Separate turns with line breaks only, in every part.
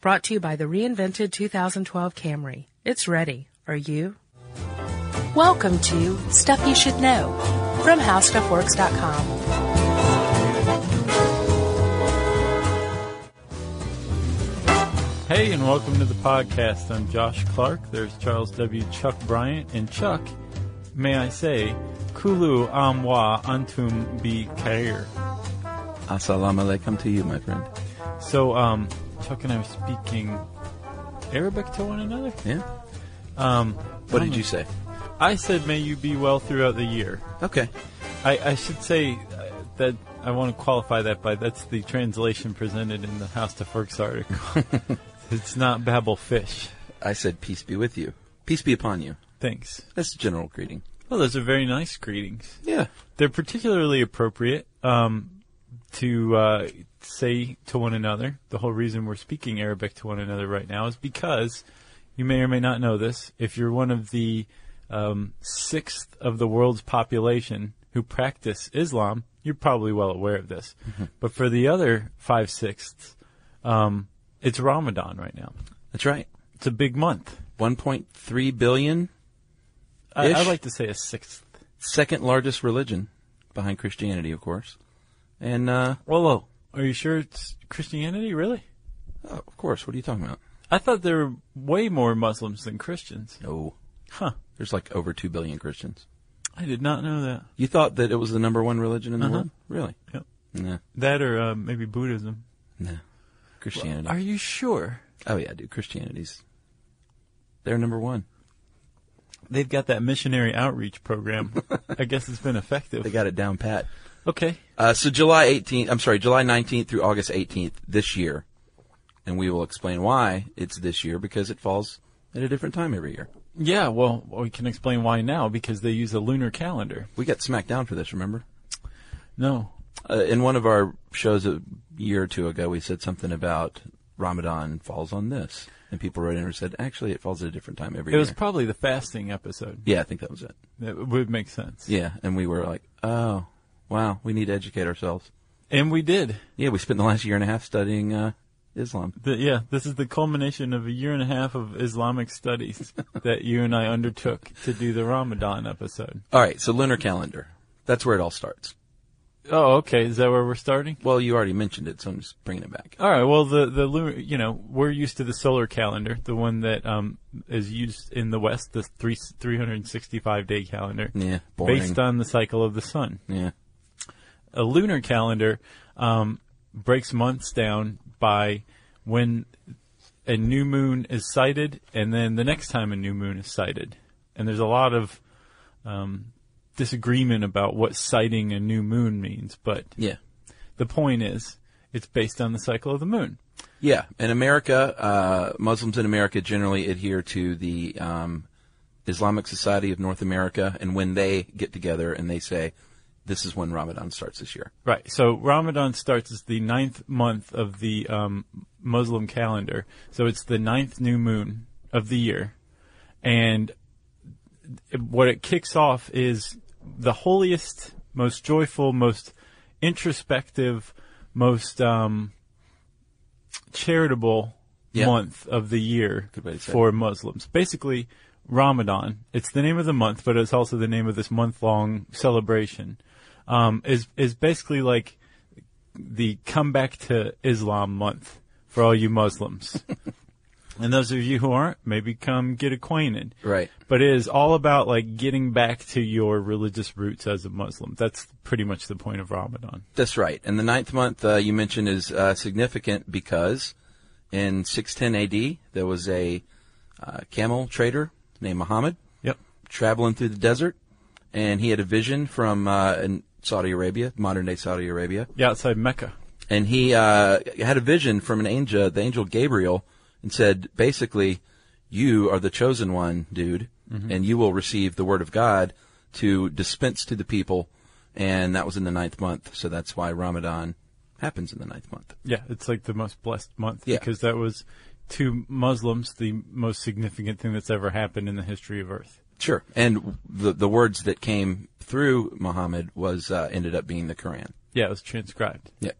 Brought to you by the reinvented 2012 Camry. It's ready. Are you? Welcome to Stuff You Should Know from HowStuffWorks.com.
Hey, and welcome to the podcast. I'm Josh Clark. There's Charles W. Chuck Bryant. And Chuck, may I say, Kulu Amwa Antum Bi Kair.
Assalamu alaikum to you, my friend.
So, um, Chuck and I were speaking Arabic to one another.
Yeah?
Um,
What did you say?
I said, may you be well throughout the year.
Okay.
I, I should say uh, that I want to qualify that by that's the translation presented in the House to Forks article. it's not Babel Fish.
I said, peace be with you. Peace be upon you.
Thanks.
That's the general greeting.
Well, those are very nice greetings.
Yeah.
They're particularly appropriate um, to uh, say to one another. The whole reason we're speaking Arabic to one another right now is because you may or may not know this. If you're one of the um, sixth of the world's population who practice Islam, you're probably well aware of this. But for the other five sixths, um, it's Ramadan right now.
That's right.
It's a big month.
1.3 billion,
I, I
Ish.
like to say a sixth.
second largest religion behind Christianity, of course. And, uh,
Whoa, are you sure it's Christianity? Really?
oh, of course, what are you talking about?
I thought there were way more Muslims than Christians.
No.
Huh.
There's like over 2 billion Christians.
I did not know that.
You thought that it was the number one religion in the
Uh-huh.
world? Really?
Yep.
Nah.
That or uh, maybe Buddhism.
Nah. Christianity.
Are you sure?
oh, yeah, dude. Christianity's. They're number one.
They've got that missionary outreach program. I guess it's been effective.
They got it down pat.
okay.
Uh, so July 18th, I'm sorry, July 19th through August 18th this year. And we will explain why it's this year because it falls at a different time every year.
Yeah, well, we can explain why now because they use a lunar calendar.
We got smacked down for this, remember?
No.
Uh, in one of our shows a year or two ago, we said something about Ramadan falls on this. And people wrote in and said, actually, it falls at a different time every
It was
year.
probably the fasting episode.
yeah, I think that was it.
That would make sense.
Yeah. And we were like, oh, wow, we need to educate ourselves.
And we did.
Yeah, we spent the last year and a half studying uh, Islam.
The, yeah, this is the culmination of a year and a half of Islamic studies that you and I undertook to do the Ramadan episode.
All right, so lunar calendar. That's where it all starts.
Oh, okay. Is that where we're starting?
Well, you already mentioned it, so I'm just bringing it back.
All right. Well, the the lu- you know we're used to the solar calendar, the one that um is used in the West, the three three hundred sixty five day calendar,
Yeah, boring.
based on the cycle of the sun.
yeah,
A lunar calendar um, breaks months down by when a new moon is sighted, and then the next time a new moon is sighted. And there's a lot of um, disagreement about what sighting a new moon means, but
yeah,
the point is, it's based on the cycle of the moon.
yeah. In America, uh, Muslims in America generally adhere to the um, Islamic Society of North America, and when they get together and they say, "This is when Ramadan starts this year,"
Right. So Ramadan starts as the ninth month of the um, Muslim calendar. So it's the ninth new moon of the year. And it- what it kicks off is the holiest, most joyful, most introspective, most um, charitable
Yeah.
month of the year
Good way to say it.
for Muslims. Basically, Ramadan. It's the name of the month, but it's also the name of this month-long celebration. Um, is is basically like the comeback to Islam month for all you Muslims. and those of you who aren't, maybe come get acquainted
right?
but it is all about like getting back to your religious roots as a Muslim. That's pretty much the point of Ramadan.
That's right. And the ninth month uh, you mentioned is uh, significant because in 610 AD there was a uh, camel trader named Muhammad
Yep.
traveling through the desert, and he had a vision from uh, in Saudi Arabia, modern day Saudi Arabia,
Yeah, outside Mecca.
and he uh, had a vision from an angel, the angel Gabriel, and said, basically, you are the chosen one, dude, and you will receive the word of God to dispense to the people, and that was in the ninth month, so that's why Ramadan happens in the ninth month.
Yeah, it's like the most blessed month
Yeah.
because that was to Muslims the most significant thing that's ever happened in the history of Earth.
Sure, and the the words that came through Muhammad was uh, ended up being the Quran.
Yeah, it was transcribed.
Yeah.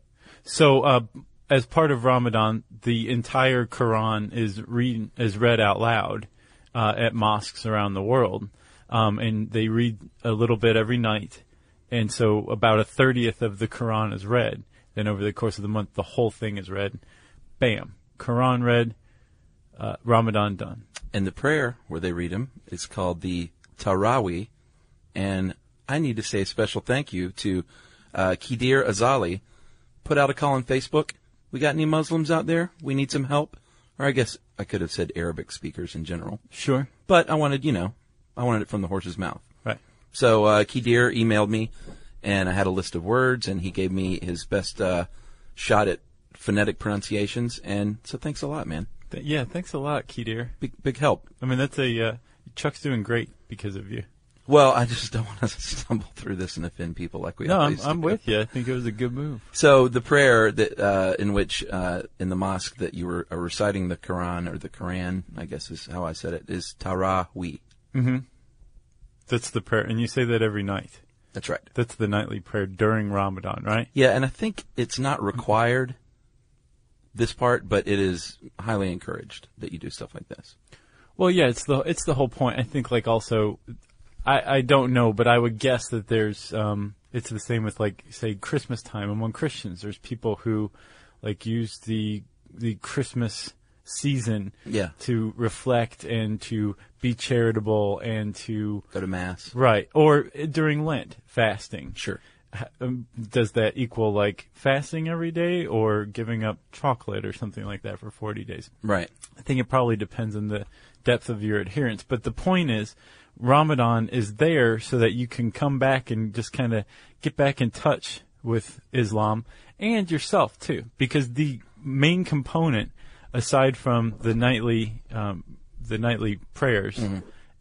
So uh, as part of Ramadan, the entire Quran is read is read out loud uh, at mosques around the world, um, and they read a little bit every night, and so about a thirtieth of the Quran is read. Then over the course of the month, the whole thing is read. Bam, Quran read, uh, Ramadan done.
And the prayer where they read them is called the Tarawi. And I need to say a special thank you to uh, Kidir Azali. Put out a call on Facebook. We got any Muslims out there? We need some help. Or I guess I could have said Arabic speakers in general.
Sure,
But I wanted, you know, I wanted it from the horse's mouth.
right.
So uh, Kidir emailed me, and I had a list of words, and he gave me his best uh, shot at phonetic pronunciations. And so thanks a lot, man.
Th- yeah, thanks a lot, Kedir.
Big big help.
I mean, that's a uh, Chuck's doing great because of you.
Well, I just don't want to stumble through this and offend people like we
No, I'm,
always
I'm
do.
with you. I think it was a good move.
So the prayer that uh, in which uh, in the mosque that you were are reciting the Quran or the Quran, I guess is how I said it, is Tarawi.
That's the prayer, and you say that every night.
That's right.
That's the nightly prayer during Ramadan, right?
Yeah, and I think it's not required this part, but it is highly encouraged that you do stuff like this.
Well, yeah, it's the it's the whole point. I think like also, I I don't know, but I would guess that there's um it's the same with like say Christmas time among Christians. There's people who like use the the Christmas season
Yeah.
to reflect and to be charitable and to
Go to mass.
right or uh, during Lent fasting.
Sure.
Ha- um, Does that equal like fasting every day or giving up chocolate or something like that for 40 days?
Right.
I think it probably depends on the depth of your adherence. But the point is, Ramadan is there so that you can come back and just kind of get back in touch with Islam and yourself too. Because the main component, aside from the nightly, um, the nightly prayers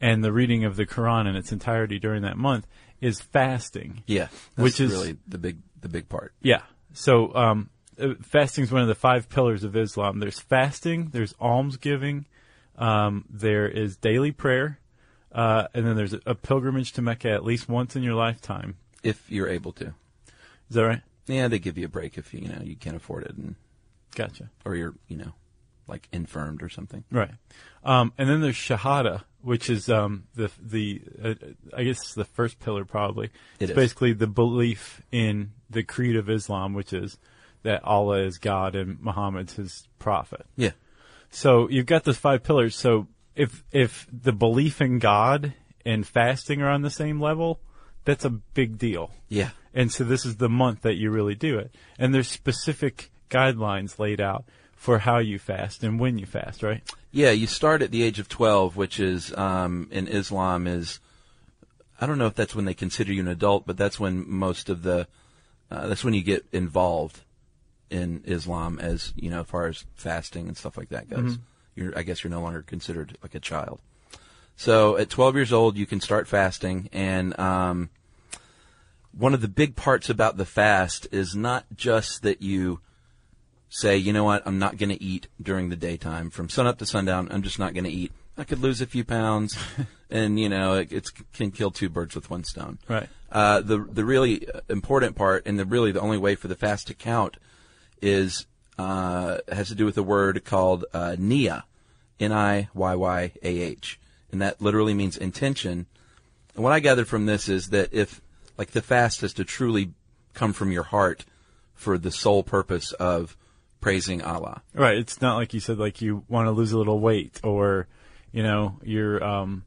and the reading of the Quran in its entirety during that month, is fasting.
Yeah. That's
Which is-
really the big the big part.
Yeah. So um, fasting is one of the five pillars of Islam. There's fasting, there's almsgiving, um, there is daily prayer, uh, and then there's a, a pilgrimage to Mecca at least once in your lifetime.
If you're able to.
Is that right?
Yeah, they give you a break if you you know you can't afford it and
Gotcha.
or you're, you know, like infirmed or something.
Right. Um, and then there's shahada, which is um, the the uh, I guess it's the first pillar probably. it's
is.
basically the belief in the creed of Islam, which is that Allah is God and Muhammad's his prophet.
Yeah.
So you've got those five pillars. So if if the belief in God and fasting are on the same level, that's a big deal.
Yeah.
And so this is the month that you really do it. And there's specific guidelines laid out for how you fast and when you fast, right?
Yeah, you start at the age of 12, which is, um, in Islam is, I don't know if that's when they consider you an adult, but that's when most of the, uh, that's when you get involved in Islam as, you know, as far as fasting and stuff like that goes. You're, I guess you're no longer considered like a child. So at 12 years old, you can start fasting and, um, one of the big parts about the fast is not just that you say, you know what, I'm not going to eat during the daytime from sunup to sundown. I'm just not going to eat. I could lose a few pounds, and you know, it it's, can kill two birds with one stone.
Right.
Uh, the the really important part, and the really the only way for the fast to count, is uh, has to do with a word called uh, nia, n i y y a h, and that literally means intention. And what I gathered from this is that if, like, the fast is to truly come from your heart for the sole purpose of praising Allah.
Right. It's not like you said, like you want to lose a little weight or, you know, you're, um,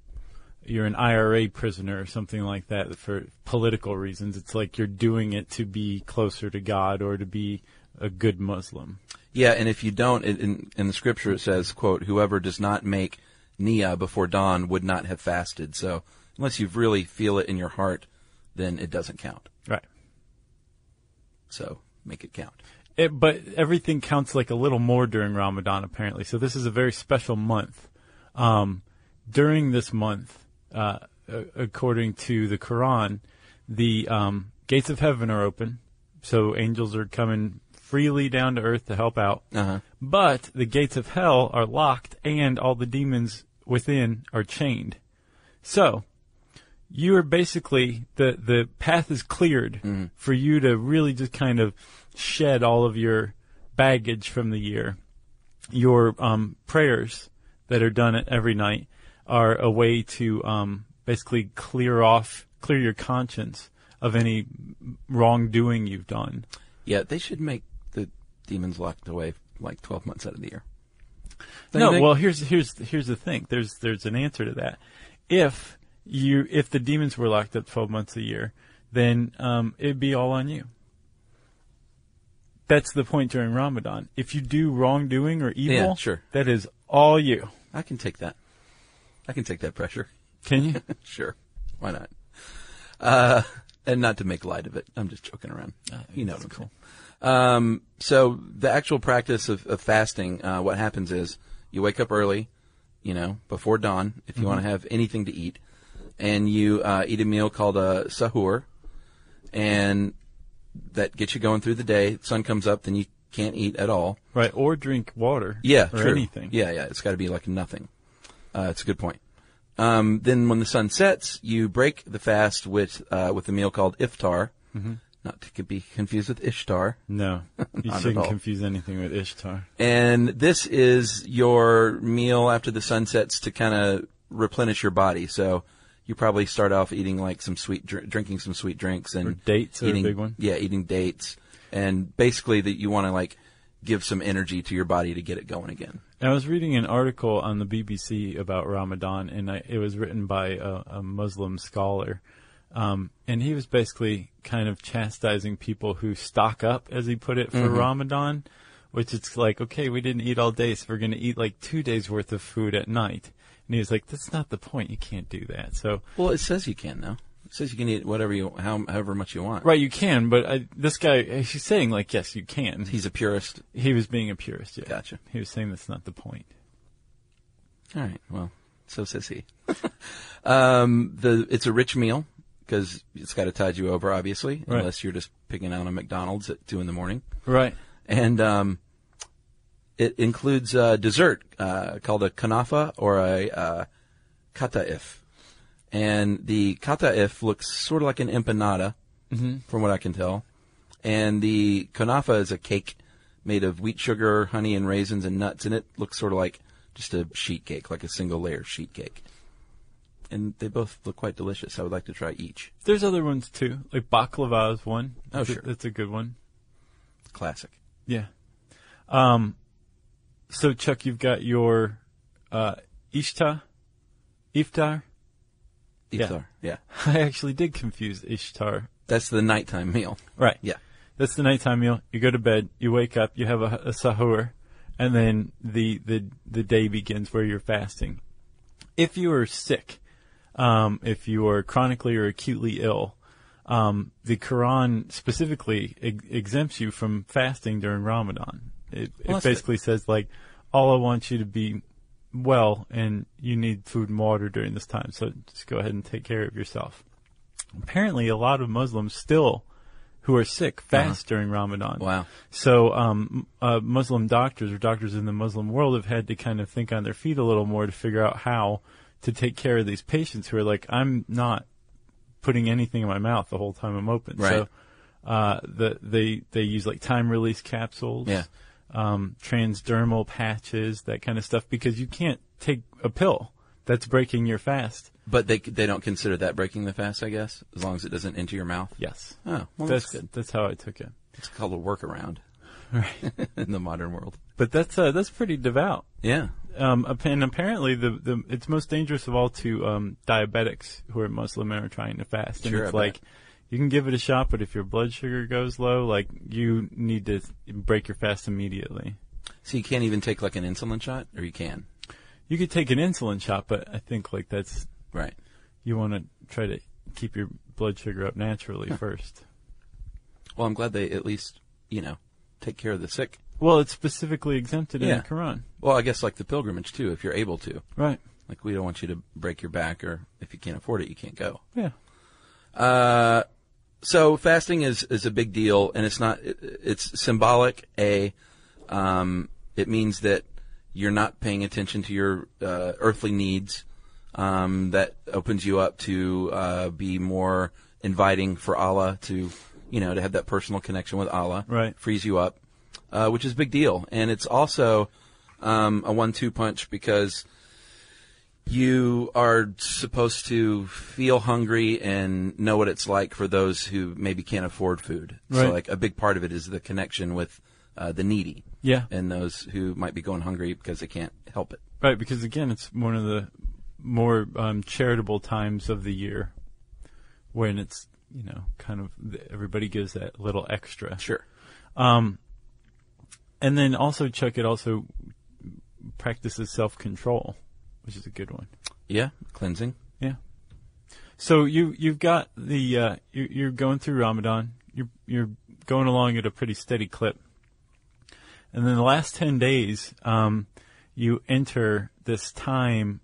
you're an IRA prisoner or something like that for political reasons. It's like you're doing it to be closer to God or to be a good Muslim.
Yeah, and if you don't, it, in, in the scripture it says, quote, whoever does not make Nia before dawn would not have fasted. So, unless you really feel it in your heart, then it doesn't count.
Right.
So, make it count.
It, but everything counts like a little more during Ramadan, apparently. So this is a very special month. Um, during this month, uh, a- according to the Quran, the um, gates of heaven are open, so angels are coming freely down to earth to help out.
Uh-huh.
But the gates of hell are locked, and all the demons within are chained. So you are basically the the path is cleared for you to really just kind of shed all of your baggage from the year. Your um, prayers that are done every night are a way to um, basically clear off, clear your conscience of any wrongdoing you've done.
Yeah, they should make the demons locked away like 12 months out of the year. Don't you
No,
think?
well here's here's here's the thing. There's there's an answer to that. If you if the demons were locked up 12 months a year, then um, it'd be all on you. That's the point during Ramadan. If you do wrongdoing or evil,
Yeah, sure.
that is all you.
I can take that. I can take that pressure.
Can you?
Sure. Why not? Uh, and not to make light of it. I'm just joking around. you know, what I'm cool. Um, so the actual practice of, of fasting, uh, what happens is you wake up early, you know, before dawn, if you want to have anything to eat, and you uh, eat a meal called a sahur, and that gets you going through the day. Sun comes up, then you can't eat at all.
right, or drink water
Yeah,
or
true.
anything.
Yeah, yeah. It's got to be like nothing. Uh, it's a good point. Um, then when the sun sets, you break the fast with uh, with a meal called iftar,
Mm-hmm.
not to be confused with ishtar.
No. You
Not at
shouldn't
all.
confuse anything with Ishtar.
And this is your meal after the sun sets to kind of replenish your body. So you probably start off eating like some sweet, dr- drinking some sweet drinks and
Or dates are a
eating,
big one.
Yeah, eating dates, and basically that you want to like give some energy to your body to get it going again.
I was reading an article on the BBC about Ramadan, and I, it was written by a, a Muslim scholar. Um, and he was basically kind of chastising people who stock up, as he put it, for Ramadan, which it's like, okay, we didn't eat all day, so we're going to eat like two days worth of food at night. And he was like, that's not the point. You can't do that. So,
Well, it says you can though. It says you can eat whatever you, how, however much you want.
right, you can, but I, this guy, he's saying like, yes, you can. He,
He's a purist.
he was being a purist. Yeah.
Gotcha.
He was saying that's not the point.
All right. Well, so says he. um, the it's a rich meal because it's got to tide you over, obviously,
Right.
unless you're just picking out a McDonald's at two in the morning.
Right.
And um, it includes uh, dessert uh, called a kanafa or a uh, kataif. And the kataif looks sort of like an empanada, from what I can tell. And the kanafa is a cake made of wheat sugar, honey, and raisins and nuts, and it looks sort of like just a sheet cake, like a single layer sheet cake. And they both look quite delicious. I would like to try each.
There's other ones too, like baklava is one.
Oh,
That's a-
sure.
that's a good one.
Classic.
Yeah. Um, so Chuck, you've got your uh, Ishtar, Iftar. Yeah.
Iftar. yeah.
I actually did confuse Ishtar.
That's the nighttime meal.
Right.
Yeah.
That's the nighttime meal. You go to bed. You wake up. You have a, a sahur, and then the, the the day begins where you're fasting. If you are sick, um, if you are chronically or acutely ill, um, the Quran specifically ex- exempts you from fasting during Ramadan. It,
Well,
it
that's
basically says like, "Allah wants you to be well, and you need food and water during this time. So just go ahead and take care of yourself." Apparently, a lot of Muslims still who are sick fast during Ramadan.
Uh-huh. Wow.
So um, m- uh, Muslim doctors or doctors in the Muslim world have had to kind of think on their feet a little more to figure out how to take care of these patients who are like, I'm not putting anything in my mouth the whole time I'm open.
Right.
So uh, the, they they use like time release capsules,
Yeah.
um, transdermal patches, that kind of stuff, because you can't take a pill that's breaking your fast.
But they they don't consider that breaking the fast, I guess, as long as it doesn't enter your mouth.
Yes.
Oh, well, that's,
that's
good.
that's how I took it.
It's called a workaround in the modern world.
But that's uh, that's pretty devout.
Yeah.
Um, ap- and apparently, the, the it's most dangerous of all to um, diabetics who are Muslim and are trying to fast. And
Sure, I
it's
bet.
like you can give it a shot, but if your blood sugar goes low, like you need to break your fast immediately.
So you can't even take like an insulin shot, or you can.
You could take an insulin shot, but I think like that's
Right.
you want to try to keep your blood sugar up naturally first.
Well, I'm glad they at least you know take care of the sick.
Well, it's specifically exempted in
Yeah.
the Quran,
Well, I guess like the pilgrimage too, if you're able to.
right?
Like we don't want you to break your back, or if you can't afford it, you can't go.
Yeah.
Uh, so fasting is is a big deal, and it's not. it- It's symbolic. A, um, it means that you're not paying attention to your uh, earthly needs. Um, that opens you up to uh, be more inviting for Allah to, you know, to have that personal connection with Allah.
Right.
Frees you up. uh, which is a big deal. And it's also um, a one-two punch because you are supposed to feel hungry and know what it's like for those who maybe can't afford food.
Right.
So, like a big part of it is the connection with uh, the needy
Yeah.
and those who might be going hungry because they can't help it.
Right, because again, it's one of the more um, charitable times of the year when it's, you know, kind of everybody gives that little extra.
Sure.
And then also, Chuck, it also practices self control, which is a good one.
Yeah, cleansing.
Yeah. So you you've got the uh, you, you're going through Ramadan. You're you're going along at a pretty steady clip, and then the last ten days, um, you enter this time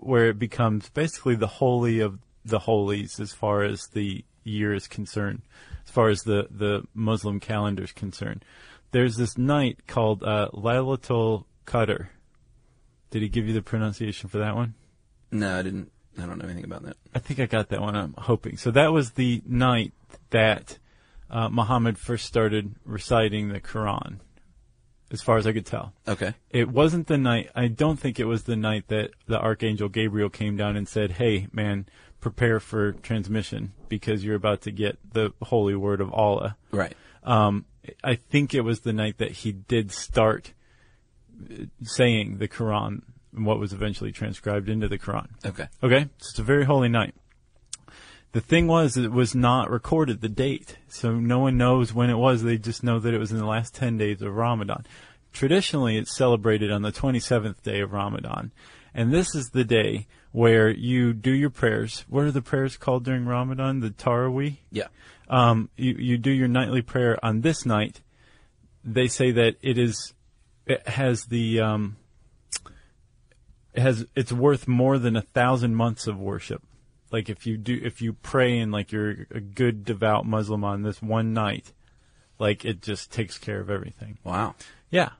where it becomes basically the holy of the holies as far as the year is concerned, as far as the the Muslim calendar is concerned. There's this night called uh, Lailatul Qadr. Did he give you the pronunciation for that one?
No, I didn't. I don't know anything about that.
I think I got that one. I'm hoping. So that was the night that uh, Muhammad first started reciting the Quran, as far as I could tell.
Okay.
It wasn't the night. I don't think it was the night that the archangel Gabriel came down and said, "Hey, man, prepare for transmission because you're about to get the holy word of Allah."
Right.
Um, I think it was the night that he did start uh, saying the Quran, and what was eventually transcribed into the Quran.
Okay.
Okay, so it's a very holy night. The thing was, that it was not recorded the date, so no one knows when it was. They just know that it was in the last ten days of Ramadan. Traditionally, it's celebrated on the 27th day of Ramadan, and this is the day where you do your prayers. What are the prayers called during Ramadan? The Tarawih.
Yeah.
Um, you you do your nightly prayer on this night. They say that it is it has the um, it has it's worth more than a thousand months of worship. Like if you do if you pray and like you're a good devout Muslim on this one night, like it just takes care of everything.
Wow.
Yeah,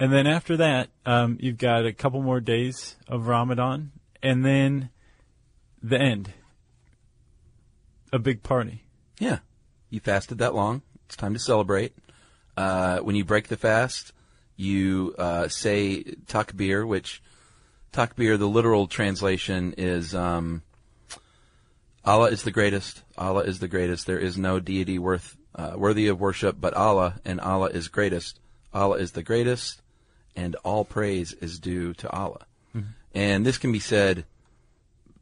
and then after that, um, you've got a couple more days of Ramadan, and then the end. A big party.
Yeah. You fasted that long. It's time to celebrate. Uh, when you break the fast, you uh, say takbir, which takbir, the literal translation is um, Allah is the greatest. Allah is the greatest. There is no deity worth uh, worthy of worship but Allah, and Allah is greatest. Allah is the greatest, and all praise is due to Allah. And this can be said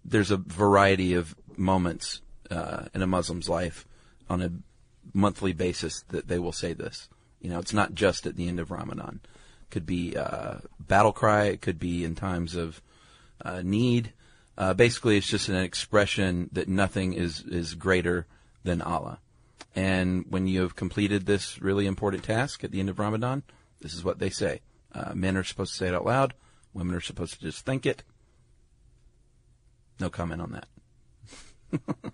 there's a variety of moments uh, in a Muslim's life on a monthly basis that they will say this. You know, it's not just at the end of Ramadan. Could be uh, battle cry. It could be in times of uh, need. Uh, basically, it's just an expression that nothing is is greater than Allah. And when you have completed this really important task at the end of Ramadan, this is what they say. Uh, men are supposed to say it out loud. Women are supposed to just think it. No comment on that.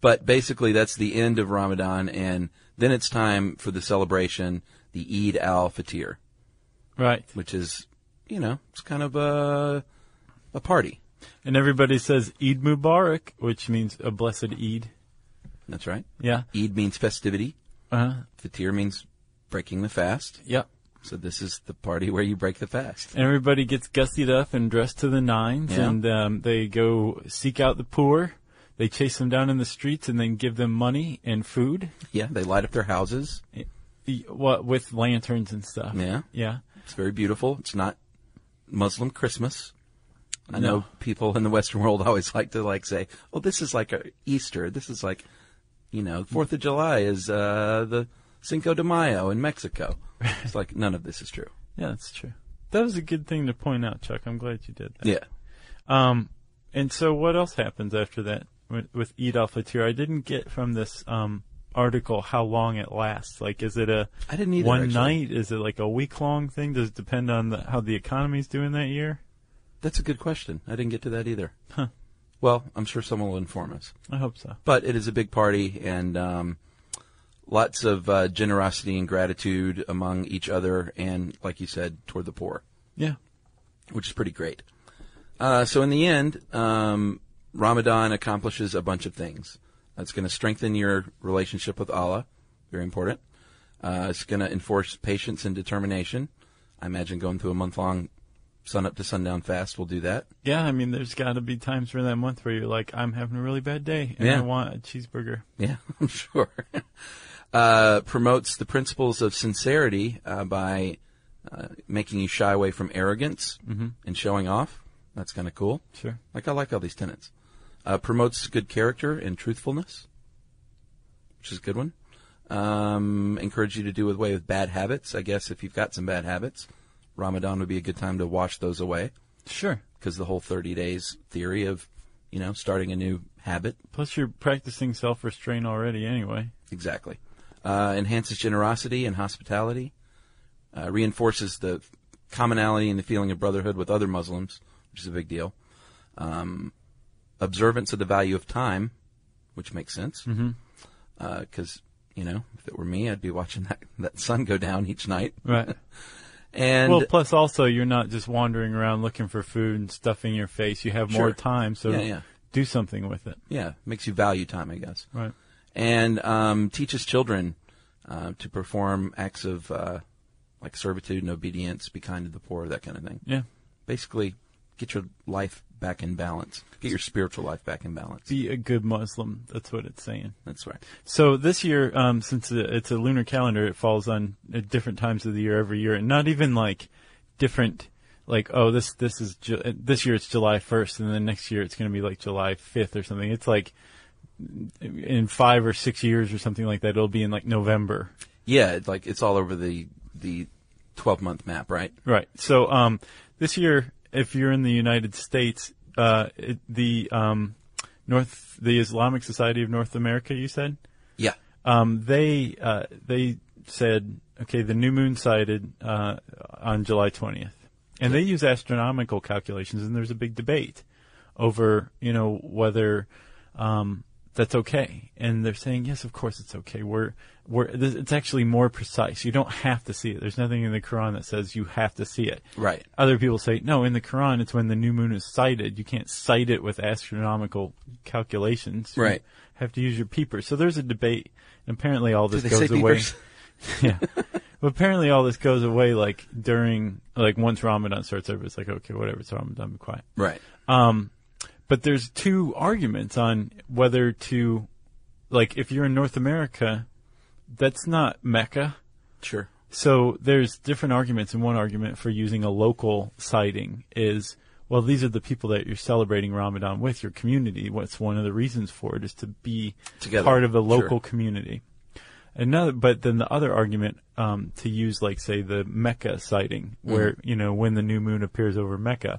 but basically, that's the end of Ramadan, and then it's time for the celebration, the Eid al Fitr,
Right.
which is, you know, it's kind of a a party.
And everybody says Eid Mubarak, which means a blessed Eid.
That's right.
Yeah.
Eid means festivity.
Uh-huh.
Fitr means breaking the fast.
Yeah.
So this is the party where you break the fast.
And everybody gets gussied up and dressed to the nines,
Yeah.
and um, they go seek out the poor. They chase them down in the streets and then give them money and food,
Yeah, they light up their houses.
e- what with lanterns and stuff.
Yeah.
Yeah.
It's very beautiful. It's not Muslim Christmas. I
No.
know people in the Western world always like to like say, "Oh, this is like a Easter. This is like, you know, Fourth of July is uh, the Cinco de Mayo in Mexico." It's like none of this is true.
Yeah, that's true. That was a good thing to point out, Chuck. I'm glad you did that.
Yeah,
Um, and so what else happens after that with, with Eid al-Fitr? I didn't get from this um, article how long it lasts. Like, is it a
I didn't either.
one
actually.
night? Is it like a week long thing? Does it depend on the, how the economy's doing that year?
That's a good question. I didn't get to that either.
Huh.
Well, I'm sure someone will inform us.
I hope so.
but it is a big party and um, lots of uh, generosity and gratitude among each other and, like you said, toward the poor,
Yeah.
which is pretty great. Uh, so in the end, um, Ramadan accomplishes a bunch of things. That's going to strengthen your relationship with Allah, very important. Uh, it's going to enforce patience and determination. I imagine going through a month long sun up to sundown fast will do that.
Yeah, I mean, there's got to be times during that month where you're like, I'm having a really bad day and
Yeah.
I want a cheeseburger.
Yeah, I'm sure. uh, promotes the principles of sincerity uh, by uh, making you shy away from arrogance and showing off. That's kind of cool.
Sure.
Like I like all these tenants. Uh, promotes good character and truthfulness, which is a good one. Um, encourage you to do away with bad habits. I guess if you've got some bad habits, Ramadan would be a good time to wash those away
Sure.
because the whole 30 days theory of, you know, starting a new habit.
Plus, you're practicing self restraint already anyway.
Exactly. Uh, enhances generosity and hospitality. Uh, reinforces the commonality and the feeling of brotherhood with other Muslims, which is a big deal. Um, observance of the value of time, which makes sense. Because, you know, if it were me, I'd be watching that, that sun go down each night.
Right.
And
well, plus, also, you're not just wandering around looking for food and stuffing your face. You have more
Sure.
time, so
Yeah, yeah.
do something with it.
yeah, makes you value time, I guess.
Right.
and um, teaches children uh, to perform acts of uh, like servitude and obedience, be kind to the poor, that kind of thing.
Yeah.
Basically, get your life back in balance. Get your spiritual life back in balance.
Be a good Muslim. That's what it's saying.
That's right.
So this year, um, since uh, it's a lunar calendar, it falls on at different times of the year every year, and not even like different. Like oh this this is Ju- uh, this year it's July first and then next year it's going to be like July fifth or something. It's like in five or six years or something like that it'll be in like November.
Yeah, it's like it's all over the the twelve month map, right?
Right. So um, this year, if you're in the United States, uh, it, the um, North the Islamic Society of North America, you said.
Yeah.
um, they uh, they said, okay, the new moon sighted uh, on July 20th, and they use astronomical calculations, and there's a big debate over you know whether um, that's okay, and they're saying, yes, of course it's okay. We're we're th- it's actually more precise. You don't have to see it. There's nothing in the Quran that says you have to see it.
Right.
Other people say, no, in the Quran, it's when the new moon is sighted. You can't sight it with astronomical calculations. You
Right.
have to use your peepers. So there's a debate. And apparently all
Do
this
they
goes
say
away.
peepers?
yeah. But apparently all this goes away like during, like once Ramadan starts over, it's like, okay, whatever, it's Ramadan, be quiet.
Right.
But there's two arguments on whether to, like, if you're in North America, that's not Mecca.
Sure.
So there's different arguments, and one argument for using a local sighting is, well, these are the people that you're celebrating Ramadan with, your community. What's one of the reasons for it is to be
Together.
part of a local
Sure.
community. Another, but then the other argument um, to use, like say the Mecca sighting,
Mm-hmm.
where you know when the new moon appears over Mecca,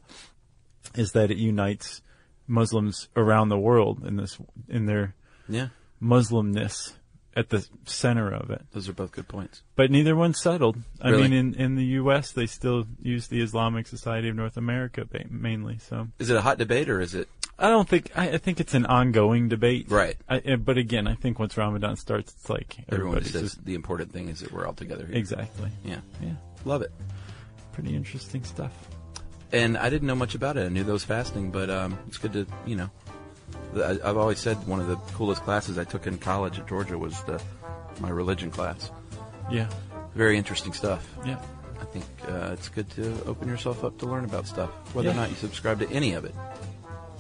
is that it unites Muslims around the world in this in their
Yeah.
Muslimness at the center of it
Those are both good points.
but neither one settled. I
Really?
mean, in, in the U.S., they still use the Islamic Society of North America ba- mainly. So
Is it a hot debate or is it?
I don't think I, I think it's an ongoing debate,
Right.
I, uh, but again, I think once Ramadan starts, it's like
Everyone
everybody's
says
just
the important thing is that we're all together here.
exactly.
Yeah.
Yeah,
Love it.
pretty interesting stuff.
and I didn't know much about it. I knew there was fasting, but um, it's good to you know. I, I've always said one of the coolest classes I took in college at Georgia was the my religion class.
Yeah,
Very interesting stuff.
yeah,
I think uh, it's good to open yourself up to learn about stuff, whether or
Yeah.
not you subscribe to any of it.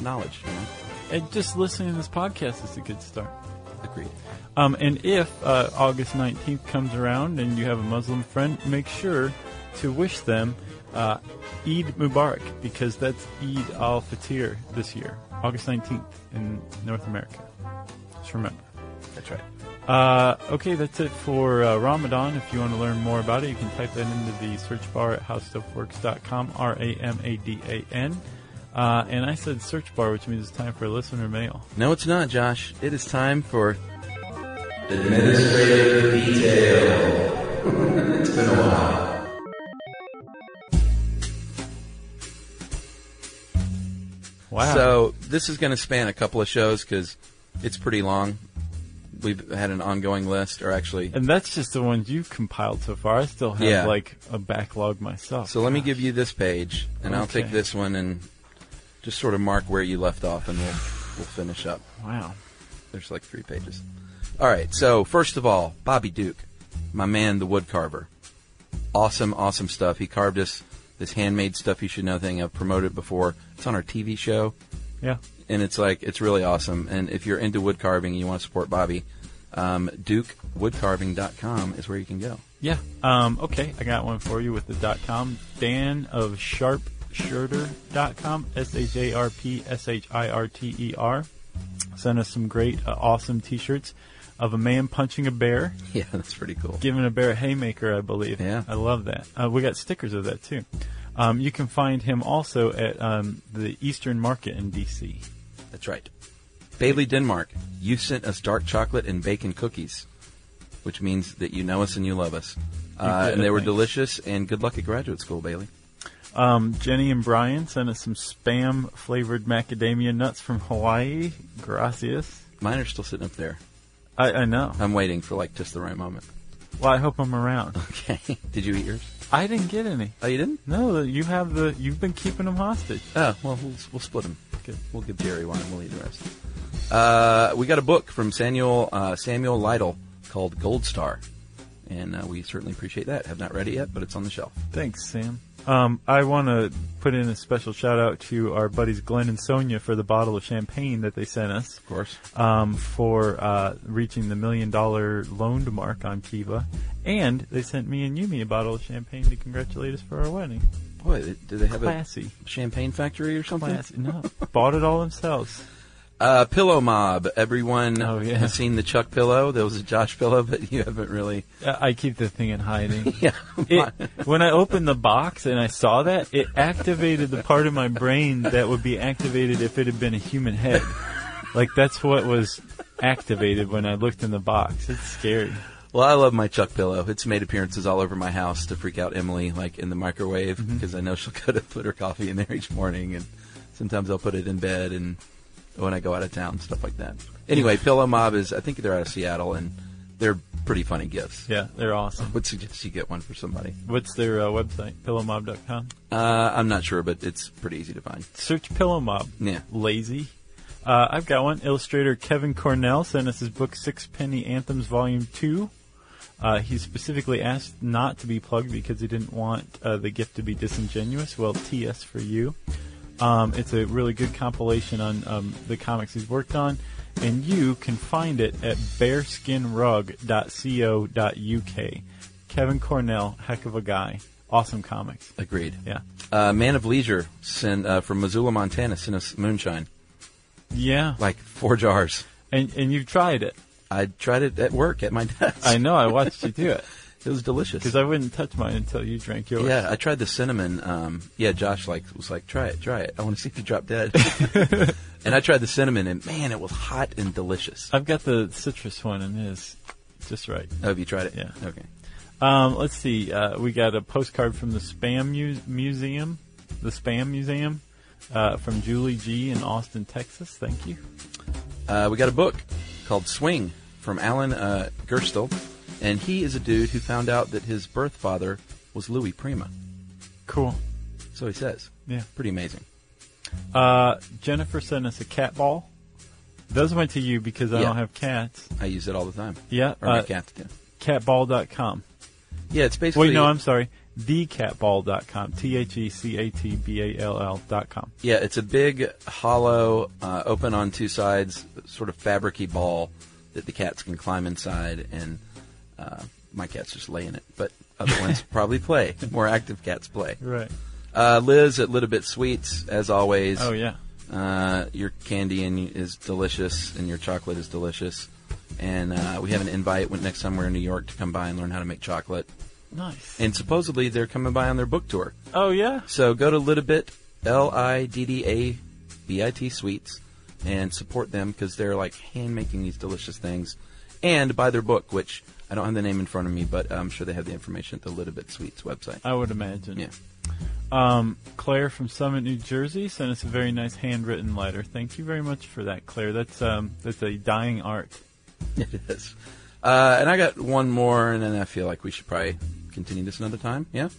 Knowledge, you know.
and just listening to this podcast is a good start.
Agreed.
Um, and if uh, August 19th comes around and you have a Muslim friend, make sure to wish them uh, Eid Mubarak because that's Eid al Fitr this year, August 19th in North America. Just remember.
That's right.
Uh, okay, that's it for uh, Ramadan. If you want to learn more about it, you can type that into the search bar at howstuffworks.com, R A M A D A N. Uh, and I said search bar, which means it's time for listener mail.
No, it's not, Josh. It is time for
Wow.
So this is going to span a couple of shows because it's pretty long. We've had an ongoing list, or actually,
And that's just the ones you've compiled so far. I still have
Yeah.
like a backlog myself.
So let me give you this page, and I'll
Okay.
take this one and just sort of mark where you left off, and we'll we'll finish up.
Wow.
There's like three pages. All right. So first of all, Bobby Duke, my man, the wood carver. Awesome, awesome stuff. He carved us this handmade stuff you should know thing. I've promoted it before. It's on our TV show,
Yeah.
and it's like it's really awesome. And if you're into wood carving and you want to support Bobby, um, DukeWoodcarving.com is where you can go.
Yeah. Um, okay, I got one for you with the dot com. Dan of sharpshirter.com, S H A R P S H I R T E R. Sent us some great, uh, awesome t shirts of a man punching a bear,
Yeah, that's pretty cool.
giving a bear a haymaker, I believe.
Yeah.
I love that. Uh, we got stickers of that too. Um, you can find him also at um, the Eastern Market in D.C.
That's right. Bailey Denmark, you sent us dark chocolate and bacon cookies, which means that you know us and you love us. Uh,
did,
and they were
thanks.
delicious, and good luck at graduate school, Bailey.
Um, Jenny and Brian sent us some spam flavored macadamia nuts from Hawaii. Gracias.
Mine are still sitting up there.
I, I know.
I'm waiting for like just the right moment.
Well, I hope I'm around.
Okay. Did you eat yours?
I didn't get any.
Oh, you didn't?
No, you have the. You've been keeping them hostage.
Oh, well, we'll, we'll split them. We'll give Jerry one and we'll eat the rest. Uh, we got a book from Samuel, uh, Samuel Lytle called Gold Star. And uh, we certainly appreciate that. Have not read it yet, but it's on the shelf.
Thanks, Sam. Um, I want to put in a special shout out to our buddies Glenn and Sonia for the bottle of champagne that they sent us
Of course.
um, for uh, reaching the million dollar loaned mark on Kiva, and they sent me and Yumi a bottle of champagne to congratulate us for our wedding.
Boy, th- do they have
Classy,
a champagne factory or something?
classy. No, bought it all themselves.
Uh, Pillow Mob. Everyone
Oh, yeah.
has seen the Chuck Pillow. There was a Josh Pillow, but you haven't really.
Uh, I keep the thing in hiding.
Yeah.
It, when I opened the box and I saw that, it activated the part of my brain that would be activated if it had been a human head. Like that's what was activated when I looked in the box. It's scary.
Well, I love my Chuck Pillow. It's made appearances all over my house to freak out Emily, like in the microwave,
Mm-hmm.
because I know she'll go to put her coffee in there each morning, and sometimes I'll put it in bed and when I go out of town, stuff like that. Anyway, Pillow Mob is. I think they're out of Seattle, and they're pretty funny gifts.
Yeah, they're awesome.
Would suggest you get one for somebody.
What's their uh, website? Pillowmob.com.
Uh, I'm not sure, but it's pretty easy to find.
Search Pillow Mob.
Yeah.
Lazy. Uh, I've got one. Illustrator Kevin Cornell sent us his book Six Penny Anthems Volume 2. Uh, he specifically asked not to be plugged because he didn't want uh, the gift to be disingenuous. Well, TS for you. Um, it's a really good compilation on um, the comics he's worked on, and you can find it at bearskinrug.co.uk. Kevin Cornell, heck of a guy. Awesome comics.
Agreed.
Yeah.
Uh, Man of Leisure sent uh, from Missoula, Montana, sent us moonshine,
Yeah.
like four jars.
And, and you've tried it.
I tried it at work at my desk.
I know. I watched you do it
it was delicious.
because I wouldn't touch mine until you drank yours.
Yeah, I tried the cinnamon. Um, yeah, Josh like was like, try it, try it. I want to see if you drop dead. and I tried the cinnamon, and man, it was hot and delicious.
I've got the citrus one and is just right.
Oh, have you tried it?
Yeah.
Okay.
Um, let's see. Uh, we got a postcard from the Spam Mu- Museum, the Spam Museum, uh, from Julie G in Austin, Texas. Thank you.
Uh, we got a book called Swing from Alan uh, Gerstel, and he is a dude who found out that his birth father was Louis Prima.
Cool.
So he says,
Yeah.
pretty amazing.
Uh, Jennifer sent us a cat ball. Those went to you because I
Yeah.
don't have cats.
I use it all the time.
Yeah.
Or my
uh,
cat. Yeah.
Catball.com.
Yeah, it's basically.
Wait, no, I'm sorry. Thecatball.com. T H E C A T B A L L.com.
Yeah, it's a big, hollow, uh, open on two sides, sort of fabricy ball that the cats can climb inside, and uh, my cats just lay in it. But other ones probably play. More active cats play.
Right.
Uh, Liz at Little Bit Sweets, as always.
Oh, yeah.
Uh, your candy and is delicious, and your chocolate is delicious. And uh, we have an invite when next time we're in New York to come by and learn how to make chocolate.
Nice.
And supposedly they're coming by on their book tour.
oh yeah.
So go to Litibit, L I D D A B I T Sweets, and support them because they're like hand making these delicious things. And buy their book, which I don't have the name in front of me, but I'm sure they have the information at the Litibit Sweets website.
I would imagine.
Yeah.
Um, Claire from Summit, New Jersey, sent us a very nice handwritten letter. Thank you very much for that, Claire. That's um, that's a dying art.
It is. Uh, and I got one more, and then I feel like we should probably continue this another time. Yeah.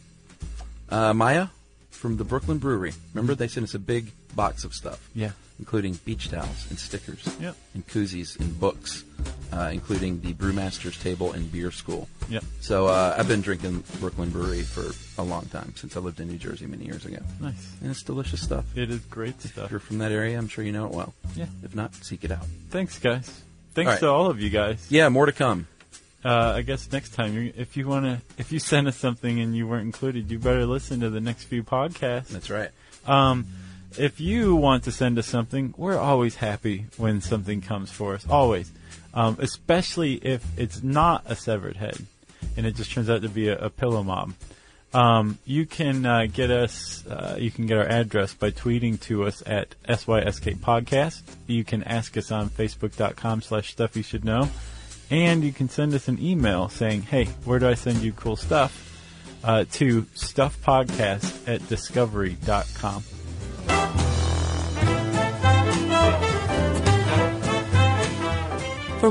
Uh, Maya from the Brooklyn Brewery. Remember, they sent us a big box of stuff.
Yeah.
Including beach towels and stickers.
Yeah.
And koozies and books, uh, including the Brewmaster's Table and Beer School.
Yeah.
So uh, I've been drinking Brooklyn Brewery for a long time since I lived in New Jersey many years ago.
Nice.
And it's delicious stuff.
It is great
If
stuff.
you're from that area, I'm sure you know it well.
Yeah.
If not, seek it out.
Thanks, guys. Thanks
All right.
to all of you guys.
Yeah, more to come.
Uh, I guess next time, you if you want to, if you send us something and you weren't included, you better listen to the next few podcasts.
That's right.
Um, if you want to send us something, we're always happy when something comes for us. Always. Um, especially if it's not a severed head and it just turns out to be a, a pillow mob. Um, you can uh, get us, uh, you can get our address by tweeting to us at SYSK Podcast. You can ask us on Facebook.com slash Stuff You Should Know. And you can send us an email saying, hey, where do I send you cool stuff? uh, to stuffpodcast at discovery.com.
For